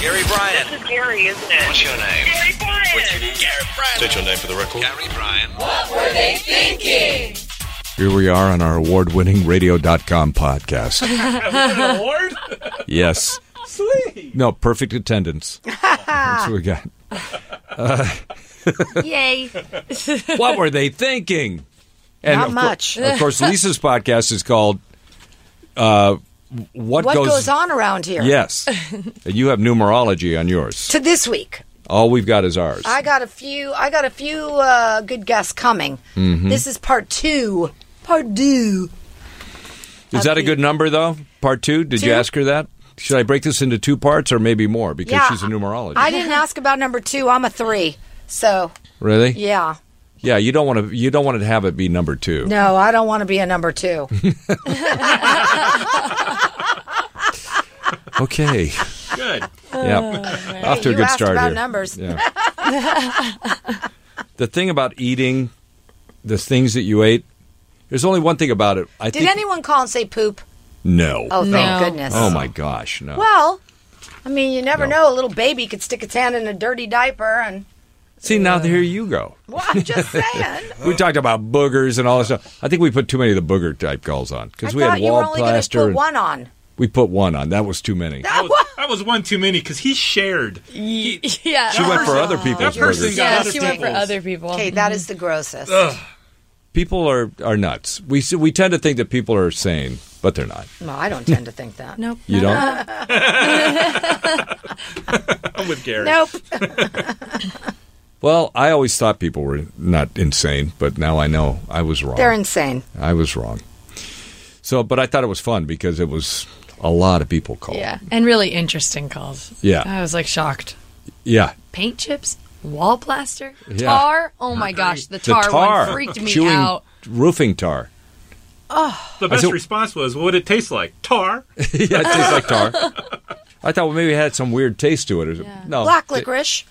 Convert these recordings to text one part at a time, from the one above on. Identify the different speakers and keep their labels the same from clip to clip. Speaker 1: Gary Bryan.
Speaker 2: This is Gary, isn't it?
Speaker 1: What's your name?
Speaker 2: Gary Bryan.
Speaker 1: Gary Bryan.
Speaker 3: State your name for the record.
Speaker 1: Gary Bryan.
Speaker 4: Here we are on our award winning radio.com podcast.
Speaker 5: an award?
Speaker 4: yes.
Speaker 5: Sweet.
Speaker 4: No, perfect attendance. That's what we got.
Speaker 6: Yay.
Speaker 4: What were they thinking? And
Speaker 7: Not
Speaker 4: of cour-
Speaker 7: much.
Speaker 4: of course, Lisa's podcast is called uh, What,
Speaker 7: What goes, on around here?
Speaker 4: Yes. and you have numerology on yours.
Speaker 7: To this week,
Speaker 4: All we've got is ours.
Speaker 7: I got a few. I got a few uh, good guests coming.
Speaker 4: Mm-hmm.
Speaker 7: This is part two. Part two.
Speaker 4: is that a good number, though? Part two? Did you
Speaker 7: Two?
Speaker 4: ask her that? Should I break this into two parts or maybe more? Because
Speaker 7: Yeah,
Speaker 4: she's a numerologist.
Speaker 7: I didn't ask about number two. I'm a three. So
Speaker 4: really?
Speaker 7: yeah.
Speaker 4: Yeah, you don't want to. You don't want to have it be number two.
Speaker 7: No, I don't want to be a number two.
Speaker 4: Okay.
Speaker 5: Good.
Speaker 4: yeah. Off to a
Speaker 7: Oh, you
Speaker 4: good
Speaker 7: asked
Speaker 4: start
Speaker 7: about
Speaker 4: here.
Speaker 7: numbers.
Speaker 4: Yeah. the thing about eating, the things that you ate. There's only one thing about it. I
Speaker 7: Did
Speaker 4: think
Speaker 7: anyone call and say poop?
Speaker 4: no.
Speaker 7: Oh, thank
Speaker 6: No.
Speaker 7: goodness.
Speaker 4: Oh, my gosh, no.
Speaker 7: Well, I mean, you never
Speaker 4: No.
Speaker 7: know. A little baby could stick its hand in a dirty diaper, and
Speaker 4: See now, here you go.
Speaker 7: well, I'm just saying.
Speaker 4: We talked about boogers and all this stuff. I think we put too many of the booger type calls on
Speaker 7: I
Speaker 4: because we had
Speaker 7: thought you were
Speaker 4: wall
Speaker 7: only going to
Speaker 4: plaster.
Speaker 7: put
Speaker 4: and-
Speaker 7: one on.
Speaker 4: We put one on. That was too many.
Speaker 5: That was, that was one too many because he shared.
Speaker 6: yeah.
Speaker 4: She went for other people's
Speaker 5: That person
Speaker 4: burgers.
Speaker 5: got
Speaker 6: yeah,
Speaker 5: other
Speaker 6: she went for
Speaker 5: people's.
Speaker 6: other people.
Speaker 7: Okay, that is the grossest.
Speaker 4: People are, are nuts. We s- we tend to think that people are sane, but they're not.
Speaker 7: Well, I don't tend to think that.
Speaker 6: Nope.
Speaker 4: You
Speaker 6: not
Speaker 4: don't.
Speaker 5: I'm with Gary.
Speaker 7: Nope.
Speaker 4: Well, I always thought people were not insane, but now I know I was wrong.
Speaker 7: They're insane.
Speaker 4: I was wrong. So, but I thought it was fun because it was a lot of people
Speaker 6: at-
Speaker 4: called.
Speaker 6: Yeah. And really interesting calls.
Speaker 4: Yeah.
Speaker 6: I was like shocked.
Speaker 4: Yeah.
Speaker 6: Paint chips, wall plaster,
Speaker 4: Yeah.
Speaker 6: tar. Oh my gosh, the tar,
Speaker 4: the tar
Speaker 6: one freaked me
Speaker 4: chewing
Speaker 6: out.
Speaker 4: roofing tar.
Speaker 5: The best
Speaker 4: said-
Speaker 5: response was, "What would it taste like? Tar."
Speaker 4: yeah, it tastes like tar. I thought well, maybe it had some weird taste to it.
Speaker 6: Yeah.
Speaker 4: No,
Speaker 7: Black
Speaker 4: it
Speaker 7: licorice.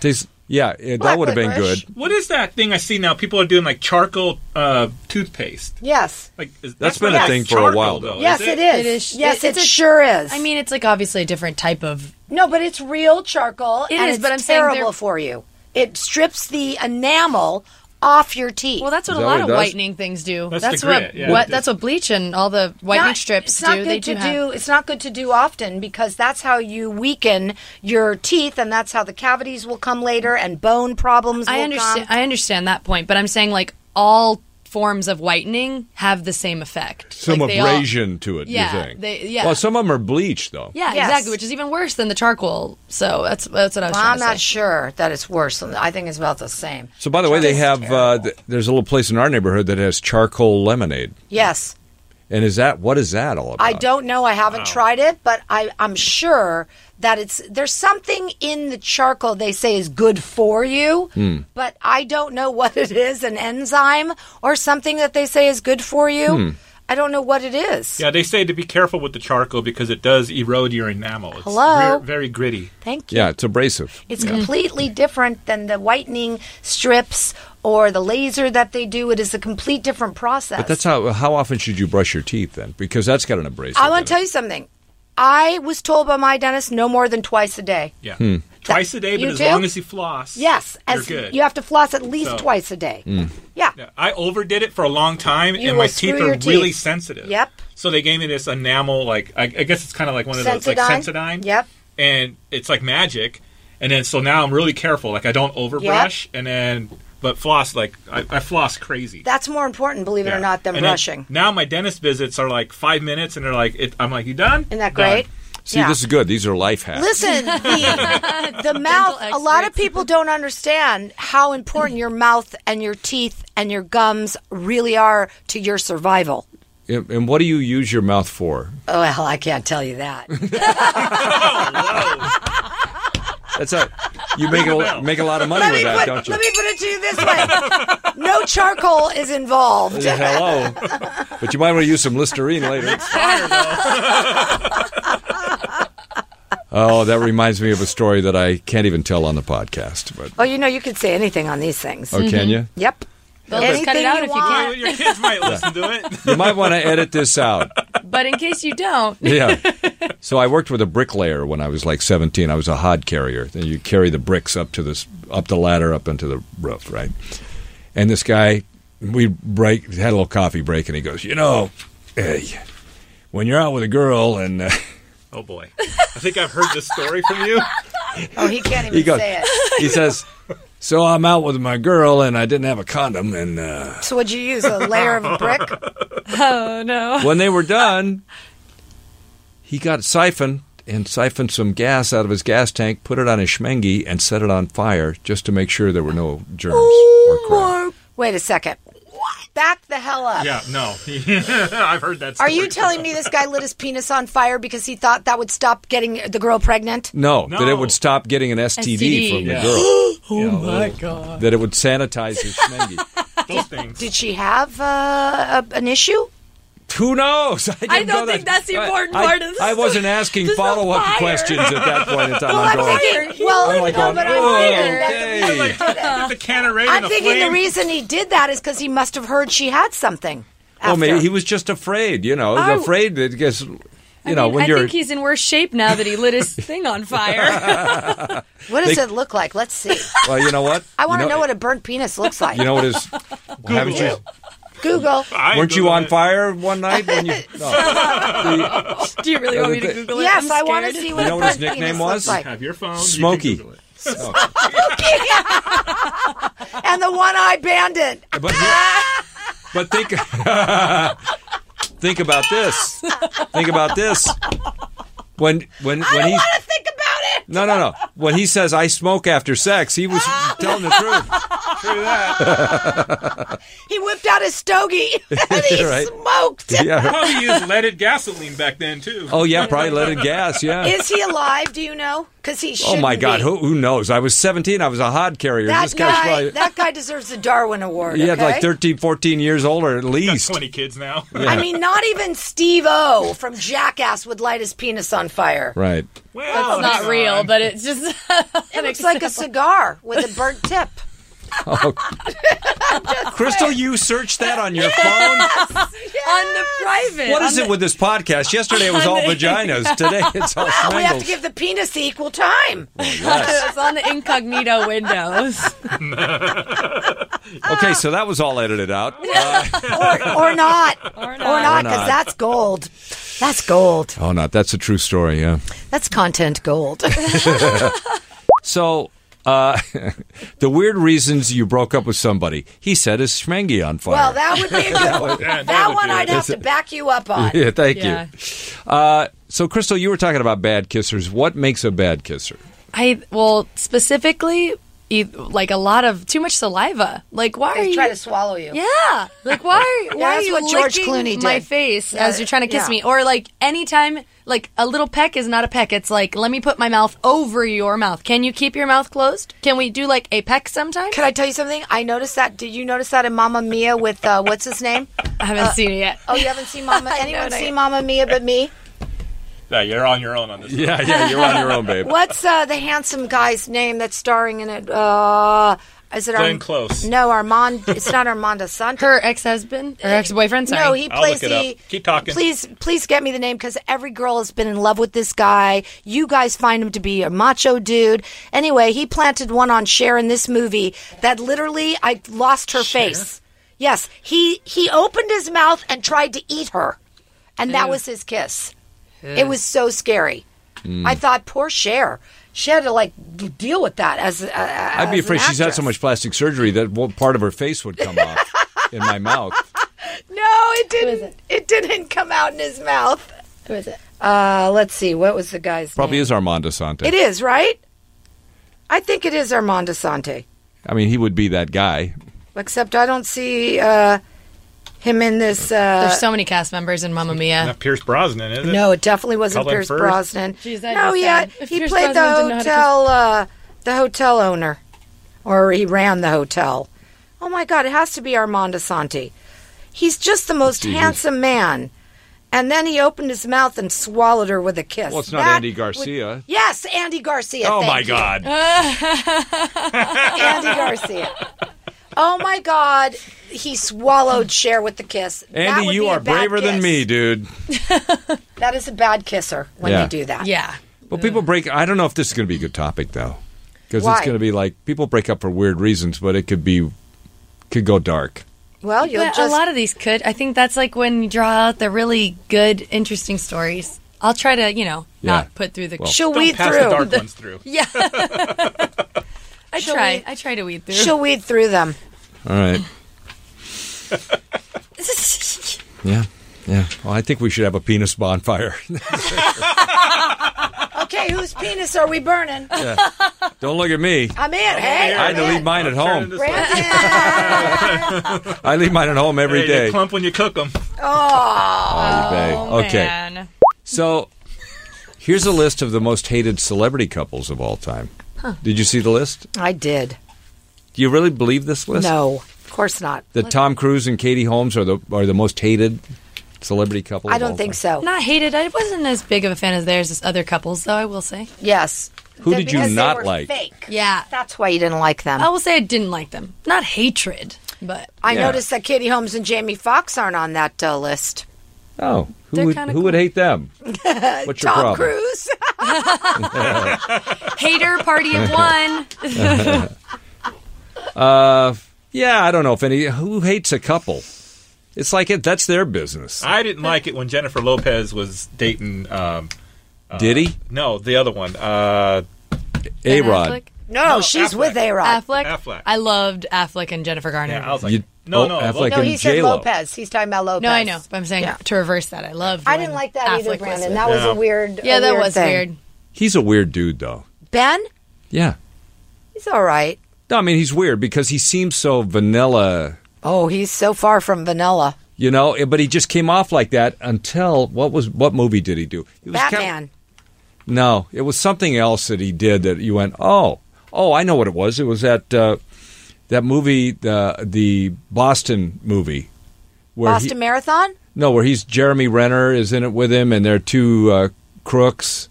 Speaker 4: tastes- yeah, yeah, that
Speaker 7: Black
Speaker 4: would have been
Speaker 7: licorice.
Speaker 4: good.
Speaker 5: What is that thing I see now? People are doing like charcoal uh, toothpaste.
Speaker 7: Yes.
Speaker 5: Like
Speaker 4: That's
Speaker 5: is, that's
Speaker 4: been
Speaker 5: not
Speaker 4: a
Speaker 5: like
Speaker 4: thing for a
Speaker 5: charcoal,
Speaker 4: while, though.
Speaker 5: though.
Speaker 7: Yes, it is.
Speaker 6: It Oh, is-
Speaker 7: Yes, it,
Speaker 6: it's a-
Speaker 7: sure is.
Speaker 6: I mean, it's like obviously a different type of.
Speaker 7: no, but it's real charcoal.
Speaker 6: It
Speaker 7: and
Speaker 6: is,
Speaker 7: it's
Speaker 6: but I'm saying
Speaker 7: terrible
Speaker 6: they're-
Speaker 7: for you. It strips the enamel off your teeth.
Speaker 6: Well, that's what
Speaker 4: Is that
Speaker 6: a
Speaker 4: what
Speaker 6: lot
Speaker 4: it
Speaker 6: of
Speaker 4: does?
Speaker 6: whitening things do.
Speaker 5: That's the
Speaker 6: what,
Speaker 5: grit, yeah.
Speaker 6: what that's what bleach and all the whitening strips
Speaker 7: it's not
Speaker 6: do.
Speaker 7: good
Speaker 6: they
Speaker 7: to
Speaker 6: do, have-
Speaker 7: do. It's not good to do often because that's how you weaken your teeth, and that's how the cavities will come later, and bone problems.
Speaker 6: I
Speaker 7: will
Speaker 6: understand.
Speaker 7: Come.
Speaker 6: I understand that point, but I'm saying like all forms of whitening have the same effect.
Speaker 4: Some
Speaker 6: Like, they all-
Speaker 4: abrasion to it,
Speaker 6: Yeah,
Speaker 4: you think?
Speaker 6: they- yeah.
Speaker 4: Well, some of them are bleached, though.
Speaker 6: yeah,
Speaker 7: Yes.
Speaker 6: exactly, which is even worse than the charcoal. So that's that's what I was
Speaker 7: Well,
Speaker 6: trying
Speaker 7: I'm
Speaker 6: to
Speaker 7: not
Speaker 6: say.
Speaker 7: sure that it's worse. than- I think it's about the same.
Speaker 4: So, by the way, they have, uh, th- there's a little place in our neighborhood that has charcoal lemonade.
Speaker 7: Yes.
Speaker 4: And is that, what is that all about?
Speaker 7: I don't know. I haven't tried it, but I, I'm sure that it's there's something in the charcoal they say is good for you,
Speaker 4: Hmm.
Speaker 7: but I don't know what it is an enzyme or something that they say is good for you.
Speaker 4: Hmm.
Speaker 7: I don't know what it is.
Speaker 5: Yeah, they say to be careful with the charcoal because it does erode your enamel. It's
Speaker 7: Hello?
Speaker 5: ver- very gritty.
Speaker 7: Thank you.
Speaker 4: Yeah, it's abrasive.
Speaker 7: It's completely different than the whitening strips or the laser that they do. It is a complete different process.
Speaker 4: But that's how, how often should you brush your teeth then? Because that's got an abrasive.
Speaker 7: I want
Speaker 4: in
Speaker 7: to tell you something. I was told by my dentist no more than twice a day.
Speaker 5: Yeah,
Speaker 4: Hmm.
Speaker 5: twice a day, but
Speaker 7: You
Speaker 5: as
Speaker 7: do?
Speaker 5: long as you floss,
Speaker 7: Yes,
Speaker 5: you're
Speaker 7: as
Speaker 5: good.
Speaker 7: you have to floss at least
Speaker 5: So-
Speaker 7: twice a day. Yeah.
Speaker 5: Yeah, I overdid it for a long time,
Speaker 7: You
Speaker 5: and my
Speaker 7: will screw
Speaker 5: teeth are
Speaker 7: your teeth.
Speaker 5: really sensitive.
Speaker 7: Yep.
Speaker 5: So they gave me this enamel, like I, I guess it's kind of like one of those like
Speaker 7: Sensodyne?
Speaker 5: Sensodyne.
Speaker 7: Yep.
Speaker 5: And it's like magic, and then so now I'm really careful. Like I don't overbrush, and then but floss like I, I floss crazy.
Speaker 7: That's more important, believe it
Speaker 5: Yeah.
Speaker 7: or not, than
Speaker 5: And then
Speaker 7: brushing.
Speaker 5: Now my dentist visits are like five minutes, and they're like, it, I'm like, you done?
Speaker 7: Isn't that
Speaker 5: Done.
Speaker 7: great?
Speaker 4: See,
Speaker 7: yeah.
Speaker 4: this is good. These are life hacks.
Speaker 7: Listen, the, the mouth, a lot of
Speaker 6: experts.
Speaker 7: people don't understand how important your mouth and your teeth and your gums really are to your survival.
Speaker 4: And and what do you use your mouth for?
Speaker 7: Oh, well, I can't tell you that.
Speaker 4: That's a, you make a, make a lot of money
Speaker 7: let,
Speaker 4: with
Speaker 7: me
Speaker 4: that,
Speaker 7: put,
Speaker 4: don't you?
Speaker 7: let me put it to you this way no charcoal is involved.
Speaker 4: Yeah, hello. But you might want to use some Listerine later. oh, that reminds me of a story that I can't even tell on the podcast. But
Speaker 7: Oh, you know, you could say anything on these things.
Speaker 4: oh, can you?
Speaker 7: Yep.
Speaker 6: They'll just cut
Speaker 7: Anything
Speaker 6: it out
Speaker 7: you
Speaker 6: if
Speaker 7: want.
Speaker 5: Your kids might listen to it.
Speaker 4: You might want to edit this out.
Speaker 6: you can. But in case you don't,
Speaker 4: Yeah. So I worked with a bricklayer when I was like 17. I was a hod carrier. And you carry the bricks up to this up the ladder up into the roof, right? And this guy, we break had a little coffee break, and he goes, you know, hey, when you're out with a girl and uh,
Speaker 5: Oh boy, I think I've heard this story from you.
Speaker 7: Oh, he can't even
Speaker 4: he goes,
Speaker 7: say it.
Speaker 4: he says. So I'm out with my girl and I didn't have a condom and uh,
Speaker 7: So would you use a layer of a brick?
Speaker 6: oh no.
Speaker 4: when they were done, he got a siphon and siphoned some gas out of his gas tank, put it on his schmengi, and set it on fire just to make sure there were no germs
Speaker 6: Oh
Speaker 4: or crap.
Speaker 7: Wait a second. Back the hell up.
Speaker 5: Yeah, no, I've heard that.
Speaker 7: Are
Speaker 5: Story.
Speaker 7: you telling me this guy lit his penis on fire because he thought that would stop getting the girl pregnant?
Speaker 4: No, that it
Speaker 5: No.
Speaker 4: would stop getting an STD,
Speaker 6: STD.
Speaker 4: from the
Speaker 5: Yeah.
Speaker 4: girl. oh my god! That it would sanitize his schmengi.
Speaker 5: those things?
Speaker 7: Did she have uh, a, an issue?
Speaker 4: Who knows? I, didn't
Speaker 6: I don't
Speaker 4: know
Speaker 6: think
Speaker 4: that.
Speaker 6: that's the
Speaker 4: I-
Speaker 6: important
Speaker 4: I,
Speaker 6: part of this.
Speaker 4: I wasn't asking
Speaker 6: This is a
Speaker 4: follow up
Speaker 6: fire.
Speaker 4: questions at that point in time.
Speaker 7: Well,
Speaker 4: I'm
Speaker 7: I'm
Speaker 4: going,
Speaker 7: thinking. Well,
Speaker 4: I'm like
Speaker 7: no,
Speaker 4: going,
Speaker 7: but I'm
Speaker 4: "Oh,
Speaker 7: thinking that the
Speaker 4: okay."
Speaker 5: Like, put the can of rain in
Speaker 7: I'm
Speaker 5: a
Speaker 7: thinking the
Speaker 5: flame?
Speaker 7: reason he did that is because he must have heard she had something.
Speaker 4: Well,
Speaker 7: after.
Speaker 4: maybe he was just afraid. You know,
Speaker 6: Oh.
Speaker 4: afraid that because you
Speaker 6: I
Speaker 4: know
Speaker 6: mean,
Speaker 4: when
Speaker 6: I
Speaker 4: you're
Speaker 6: think he's in worse shape now that he lit his thing on fire.
Speaker 7: what does
Speaker 4: they-
Speaker 7: it look like? Let's see.
Speaker 4: Well, you know what?
Speaker 7: I want to
Speaker 4: you
Speaker 7: know, what a burnt penis looks like.
Speaker 4: you know what is. haven't you?
Speaker 7: Google.
Speaker 5: I
Speaker 4: Weren't you
Speaker 5: Googled
Speaker 4: on
Speaker 5: it.
Speaker 4: fire one night when you? No.
Speaker 6: Do you really want me to
Speaker 4: thing-
Speaker 6: Google it?
Speaker 7: Yes,
Speaker 6: i
Speaker 7: I want to see what
Speaker 4: You know
Speaker 7: a
Speaker 4: what his
Speaker 7: burnt penis
Speaker 4: nickname
Speaker 7: looks
Speaker 4: was?
Speaker 7: like.
Speaker 5: Have your phone.
Speaker 4: Smoky.
Speaker 5: You can Google it.
Speaker 7: and the one-eyed bandit.
Speaker 4: The- but, but think, think about this. Think about this. When when when he
Speaker 7: I think about it.
Speaker 4: no no no when he says I smoke after sex, he was telling the truth.
Speaker 5: True that.
Speaker 7: He whipped out his stogie and he
Speaker 4: Right.
Speaker 7: smoked.
Speaker 4: Yeah.
Speaker 5: Probably used leaded gasoline back then too.
Speaker 4: Oh yeah, probably let it gas. Yeah.
Speaker 7: Is he alive? Do you know? Because he should.
Speaker 4: oh my God, who, who knows? I was 17. I was a hod carrier.
Speaker 7: That
Speaker 4: this guy's
Speaker 7: guy,
Speaker 4: probably
Speaker 7: that guy deserves the Darwin Award.
Speaker 4: he had
Speaker 7: okay?
Speaker 4: like 13, 14 years older at
Speaker 5: Got
Speaker 4: least.
Speaker 5: twenty kids now.
Speaker 7: I mean, not even Steve O from Jackass would light his penis on fire.
Speaker 4: Right.
Speaker 5: Well,
Speaker 6: It's not
Speaker 5: hang
Speaker 6: real,
Speaker 5: on.
Speaker 6: but it's just.
Speaker 7: It looks like a cigar with a burnt tip. Oh.
Speaker 4: Crystal, you searched that on your phone?
Speaker 6: on the private.
Speaker 4: What
Speaker 6: on
Speaker 4: is it with this podcast? Yesterday it was all vaginas. Today it's all
Speaker 7: We have to
Speaker 4: strangles.
Speaker 7: give the penis the equal time.
Speaker 6: the, it's on the incognito windows.
Speaker 4: Okay, so that was all edited out. Uh,
Speaker 7: Or, or not.
Speaker 6: Or
Speaker 7: Or
Speaker 6: not.
Speaker 7: not,
Speaker 4: Or
Speaker 7: because
Speaker 4: not.
Speaker 7: that's gold. That's gold.
Speaker 4: Oh, not. That's a true story, yeah.
Speaker 7: That's content gold.
Speaker 4: So, uh, the weird reasons you broke up with somebody. He set his schmengi on fire.
Speaker 7: well, that would be a good one.
Speaker 5: Yeah, that
Speaker 7: That
Speaker 5: would
Speaker 7: one
Speaker 5: do
Speaker 7: I'd
Speaker 5: it.
Speaker 7: have to back you up on.
Speaker 4: yeah, thank
Speaker 6: Yeah.
Speaker 4: you. Uh, so, Crystal, you were talking about bad kissers. What makes a bad kisser?
Speaker 6: I well specifically e- like a lot of too much saliva. Like why are
Speaker 7: They
Speaker 6: you?
Speaker 7: try to swallow you.
Speaker 6: yeah, like why? why are
Speaker 7: that's
Speaker 6: you
Speaker 7: what George
Speaker 6: licking
Speaker 7: Clooney did.
Speaker 6: my face as you're trying to kiss
Speaker 7: yeah.
Speaker 6: me? Or like anytime, like a little peck is not a peck. It's like let me put my mouth over your mouth. Can you keep your mouth closed? Can we do like a peck sometime?
Speaker 7: Can I tell you something? I noticed that. Did you notice that in Mamma Mia with uh, what's his name?
Speaker 6: I haven't seen it yet.
Speaker 7: Oh, you haven't seen Mama. Anyone
Speaker 6: not
Speaker 7: seen
Speaker 6: yet.
Speaker 7: Mamma Mia but me?
Speaker 5: Yeah, you're on your own on this. one.
Speaker 4: Yeah, yeah, you're on your own, babe.
Speaker 7: What's uh, the handsome guy's name that's starring in it? Uh, is it
Speaker 5: Glenn
Speaker 7: Arm-
Speaker 5: Close.
Speaker 7: No, Armand. It's not Armando Santos.
Speaker 6: Her ex-husband or ex-boyfriend? Sorry.
Speaker 7: No, he
Speaker 5: I'll
Speaker 7: plays
Speaker 5: look it
Speaker 7: the.
Speaker 5: up. Keep talking.
Speaker 7: Please, please get me the name because every girl has been in love with this guy. You guys find him to be a macho dude. Anyway, he planted one on Cher in this movie that literally I lost her face. Yes, he he opened his mouth and tried to eat her, and that was his kiss. It was so scary.
Speaker 5: Hmm.
Speaker 7: I thought, poor Cher. She had to like d- deal with that as. Uh,
Speaker 4: I'd be afraid she's had so much plastic surgery that one part of her face would come off in my mouth.
Speaker 7: No, it didn't. It? didn't come out in his mouth.
Speaker 6: Who is it?
Speaker 7: Uh, let's see. What was the guy's
Speaker 4: Probably
Speaker 7: name?
Speaker 4: is Armando Sante.
Speaker 7: It is right. I think it is Armando Sante.
Speaker 4: I mean, he would be that guy.
Speaker 7: Except I don't see uh, him in this. Uh,
Speaker 6: There's so many cast members in Mamma Mia.
Speaker 5: Not Pierce Brosnan, is it?
Speaker 7: no, it definitely wasn't
Speaker 5: Colin
Speaker 7: Pierce
Speaker 5: Firth?
Speaker 7: Brosnan.
Speaker 6: Jeez, that'd
Speaker 7: no,
Speaker 6: be
Speaker 7: yeah,
Speaker 6: sad. If
Speaker 7: he
Speaker 6: Pierce
Speaker 7: played
Speaker 6: Brosnan
Speaker 7: the
Speaker 6: didn't know how
Speaker 7: hotel, uh, the hotel owner, or he ran the hotel. Oh my God, it has to be Armando Santi. He's just the most
Speaker 4: see here.
Speaker 7: handsome man. And then he opened his mouth and swallowed her with a kiss.
Speaker 4: Well, it's not
Speaker 7: That
Speaker 4: Andy
Speaker 7: would-
Speaker 4: Garcia.
Speaker 7: yes, Andy Garcia.
Speaker 4: Oh
Speaker 7: thank
Speaker 4: my
Speaker 7: you.
Speaker 4: God!
Speaker 7: Andy Garcia. Oh my God, he swallowed Cher with the kiss. That
Speaker 4: Andy,
Speaker 7: would
Speaker 4: you
Speaker 7: be a
Speaker 4: are
Speaker 7: bad
Speaker 4: braver than
Speaker 7: kiss.
Speaker 4: me, dude.
Speaker 7: That is a bad kisser when
Speaker 4: Yeah.
Speaker 7: you do that.
Speaker 6: Yeah.
Speaker 4: Well, people break. I don't know if this is going to be a good topic though, because it's
Speaker 7: Why?
Speaker 4: going to be like people break up for weird reasons, but it could be could go dark.
Speaker 7: Well, you'll
Speaker 6: But
Speaker 7: just
Speaker 6: a lot of these could. I think that's like when you draw out the really good, interesting stories. I'll try to, you know,
Speaker 4: Yeah.
Speaker 6: not put through the.
Speaker 4: Well,
Speaker 7: she'll
Speaker 5: Don't
Speaker 7: weed
Speaker 5: pass
Speaker 7: through.
Speaker 5: the dark ones through.
Speaker 6: yeah. I
Speaker 7: Shall
Speaker 6: try.
Speaker 7: we-
Speaker 6: I try to weed through.
Speaker 7: She'll weed through them.
Speaker 4: All right. Yeah. Yeah. Well, I think we should have a penis bonfire.
Speaker 7: Okay, whose penis are we burning?
Speaker 4: don't look at me.
Speaker 7: I'm in. Hey,
Speaker 4: I
Speaker 7: I'm
Speaker 4: had to leave
Speaker 7: in.
Speaker 4: mine at
Speaker 5: Turn
Speaker 4: home.
Speaker 5: this way.
Speaker 4: I leave mine at home every
Speaker 5: Hey,
Speaker 4: day.
Speaker 5: They clump when you cook them.
Speaker 4: Oh, babe. okay.
Speaker 6: Man.
Speaker 4: So here's a list of the most hated celebrity couples of all time. Did you see the list?
Speaker 7: I did.
Speaker 4: Do you really believe this list?
Speaker 7: No, of course not.
Speaker 4: That Tom Cruise and Katie Holmes are the are the most hated celebrity couple.
Speaker 7: I
Speaker 4: of all
Speaker 7: don't think
Speaker 4: time.
Speaker 7: so.
Speaker 6: Not hated. I wasn't as big of a fan of theirs as other couples, though. I will say.
Speaker 7: Yes.
Speaker 4: Who
Speaker 7: They're-
Speaker 4: did you
Speaker 7: because they
Speaker 4: not
Speaker 7: were
Speaker 4: like?
Speaker 7: Fake. Oh.
Speaker 6: Yeah.
Speaker 7: That's why you didn't like them.
Speaker 6: I will say I didn't like them. Not hatred, but
Speaker 7: I
Speaker 4: Yeah.
Speaker 7: noticed that Katie Holmes and Jamie Foxx aren't on that uh, list.
Speaker 4: Oh, who
Speaker 6: They're
Speaker 4: would,
Speaker 6: kinda
Speaker 4: who would
Speaker 6: cool.
Speaker 4: hate them? What's your problem?
Speaker 7: Tom Cruise.
Speaker 6: hater party of one.
Speaker 4: Yeah, I don't know if any who hates a couple. It's like it, that's their business.
Speaker 5: I didn't like it when Jennifer Lopez was dating. Um,
Speaker 4: Did he?
Speaker 5: no, the other one. Uh,
Speaker 4: A
Speaker 6: Affleck.
Speaker 4: Rod.
Speaker 7: No, she's
Speaker 5: Affleck.
Speaker 7: with A Rod.
Speaker 6: Affleck.
Speaker 5: Affleck.
Speaker 6: I loved Affleck and Jennifer Garner.
Speaker 5: yeah, I was like,
Speaker 4: You-
Speaker 5: no,
Speaker 4: oh,
Speaker 5: no,
Speaker 4: Affleck
Speaker 5: Lopez.
Speaker 7: No,
Speaker 4: and
Speaker 7: he said
Speaker 4: J-Lo.
Speaker 7: Lopez. He's talking about Lopez.
Speaker 6: no, I know, but I'm saying
Speaker 7: Yeah.
Speaker 6: to reverse that. I loved.
Speaker 7: I
Speaker 6: when
Speaker 7: didn't like that
Speaker 6: Affleck
Speaker 7: either,
Speaker 6: was
Speaker 7: Brandon.
Speaker 6: with-
Speaker 7: That was
Speaker 5: Yeah.
Speaker 7: a weird. a
Speaker 6: yeah, that
Speaker 7: weird
Speaker 6: was
Speaker 7: thing.
Speaker 6: weird.
Speaker 4: He's a weird dude, though.
Speaker 7: Ben,
Speaker 4: Yeah.
Speaker 7: he's all right.
Speaker 4: No, I mean he's weird because he seems so vanilla,
Speaker 7: Oh, he's so far from vanilla.
Speaker 4: you know. eh, But he just came off like that until what was what movie did he do? It was kind of-
Speaker 7: Batman.
Speaker 4: no, it was something else that he did that you went, oh, oh, I know what it was. It was that uh, that movie, the the Boston movie, where he-
Speaker 7: Boston Marathon.
Speaker 4: No, where he's Jeremy Renner is in it with him, and they're two uh, crooks,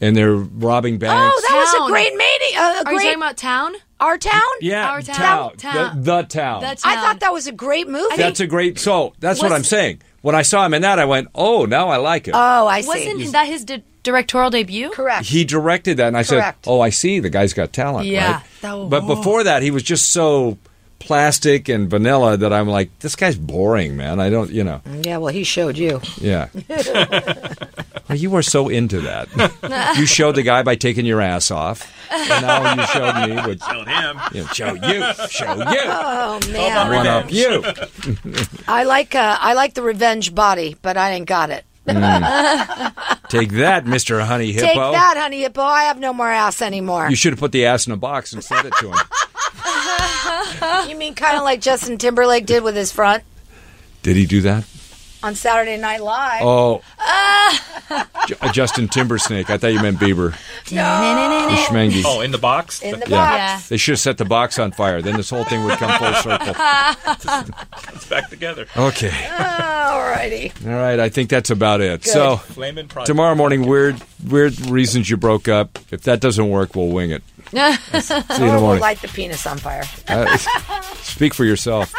Speaker 4: and they're robbing banks.
Speaker 7: Oh, that was
Speaker 6: Town.
Speaker 7: a great meeting. uh, A, a
Speaker 6: Are you
Speaker 7: great
Speaker 6: talking about Town?
Speaker 7: our town.
Speaker 4: yeah,
Speaker 6: Our Town. Town.
Speaker 4: The, the town.
Speaker 6: That's
Speaker 7: I thought that was a great movie.
Speaker 4: That's a great. So that's what
Speaker 6: Was-
Speaker 4: I'm saying. When I saw him in that, I went, "Oh, now I like it."
Speaker 7: oh, I see.
Speaker 6: wasn't that his di- directorial debut?
Speaker 7: correct.
Speaker 4: he directed that, and I
Speaker 7: Correct.
Speaker 4: said, "Oh, I see. The guy's got talent."
Speaker 6: Yeah,
Speaker 4: right?
Speaker 6: that was-
Speaker 4: but before that, he was just so plastic and vanilla that I'm like, "This guy's boring, man. I don't, you know."
Speaker 7: yeah, well, he showed you.
Speaker 4: Yeah. Well, you are so into that. you showed the guy by taking your ass off, and now you showed me with
Speaker 5: Killed him.
Speaker 4: you know, show you, show you,
Speaker 7: Oh man,
Speaker 4: one up you.
Speaker 7: I like uh, I like the revenge body, but I ain't got it.
Speaker 4: Take that, Mister Honey Hippo.
Speaker 7: Take that, honey hippo. I have no more ass anymore.
Speaker 4: You should have put the ass in a box and sent it to him.
Speaker 7: You mean kind of like Justin Timberlake did with his front
Speaker 4: Did he do that?
Speaker 7: on Saturday Night Live?
Speaker 4: Oh, Ju- uh, Justin Timbersnake. I thought you meant Bieber. The Schmengi.
Speaker 5: Oh, in the box.
Speaker 7: in the
Speaker 4: yeah.
Speaker 7: box.
Speaker 4: They should have set the box on fire. Then this whole thing would come full circle.
Speaker 5: It's back together.
Speaker 4: Okay.
Speaker 7: Alrighty.
Speaker 4: All right. I think that's about it. So.
Speaker 5: Flaming project.
Speaker 4: Oh. Tomorrow morning, weird, weird reasons you broke up. If that doesn't work, we'll wing it. See you in the
Speaker 7: We'll
Speaker 4: morning.
Speaker 7: light the penis on fire.
Speaker 4: Speak for yourself.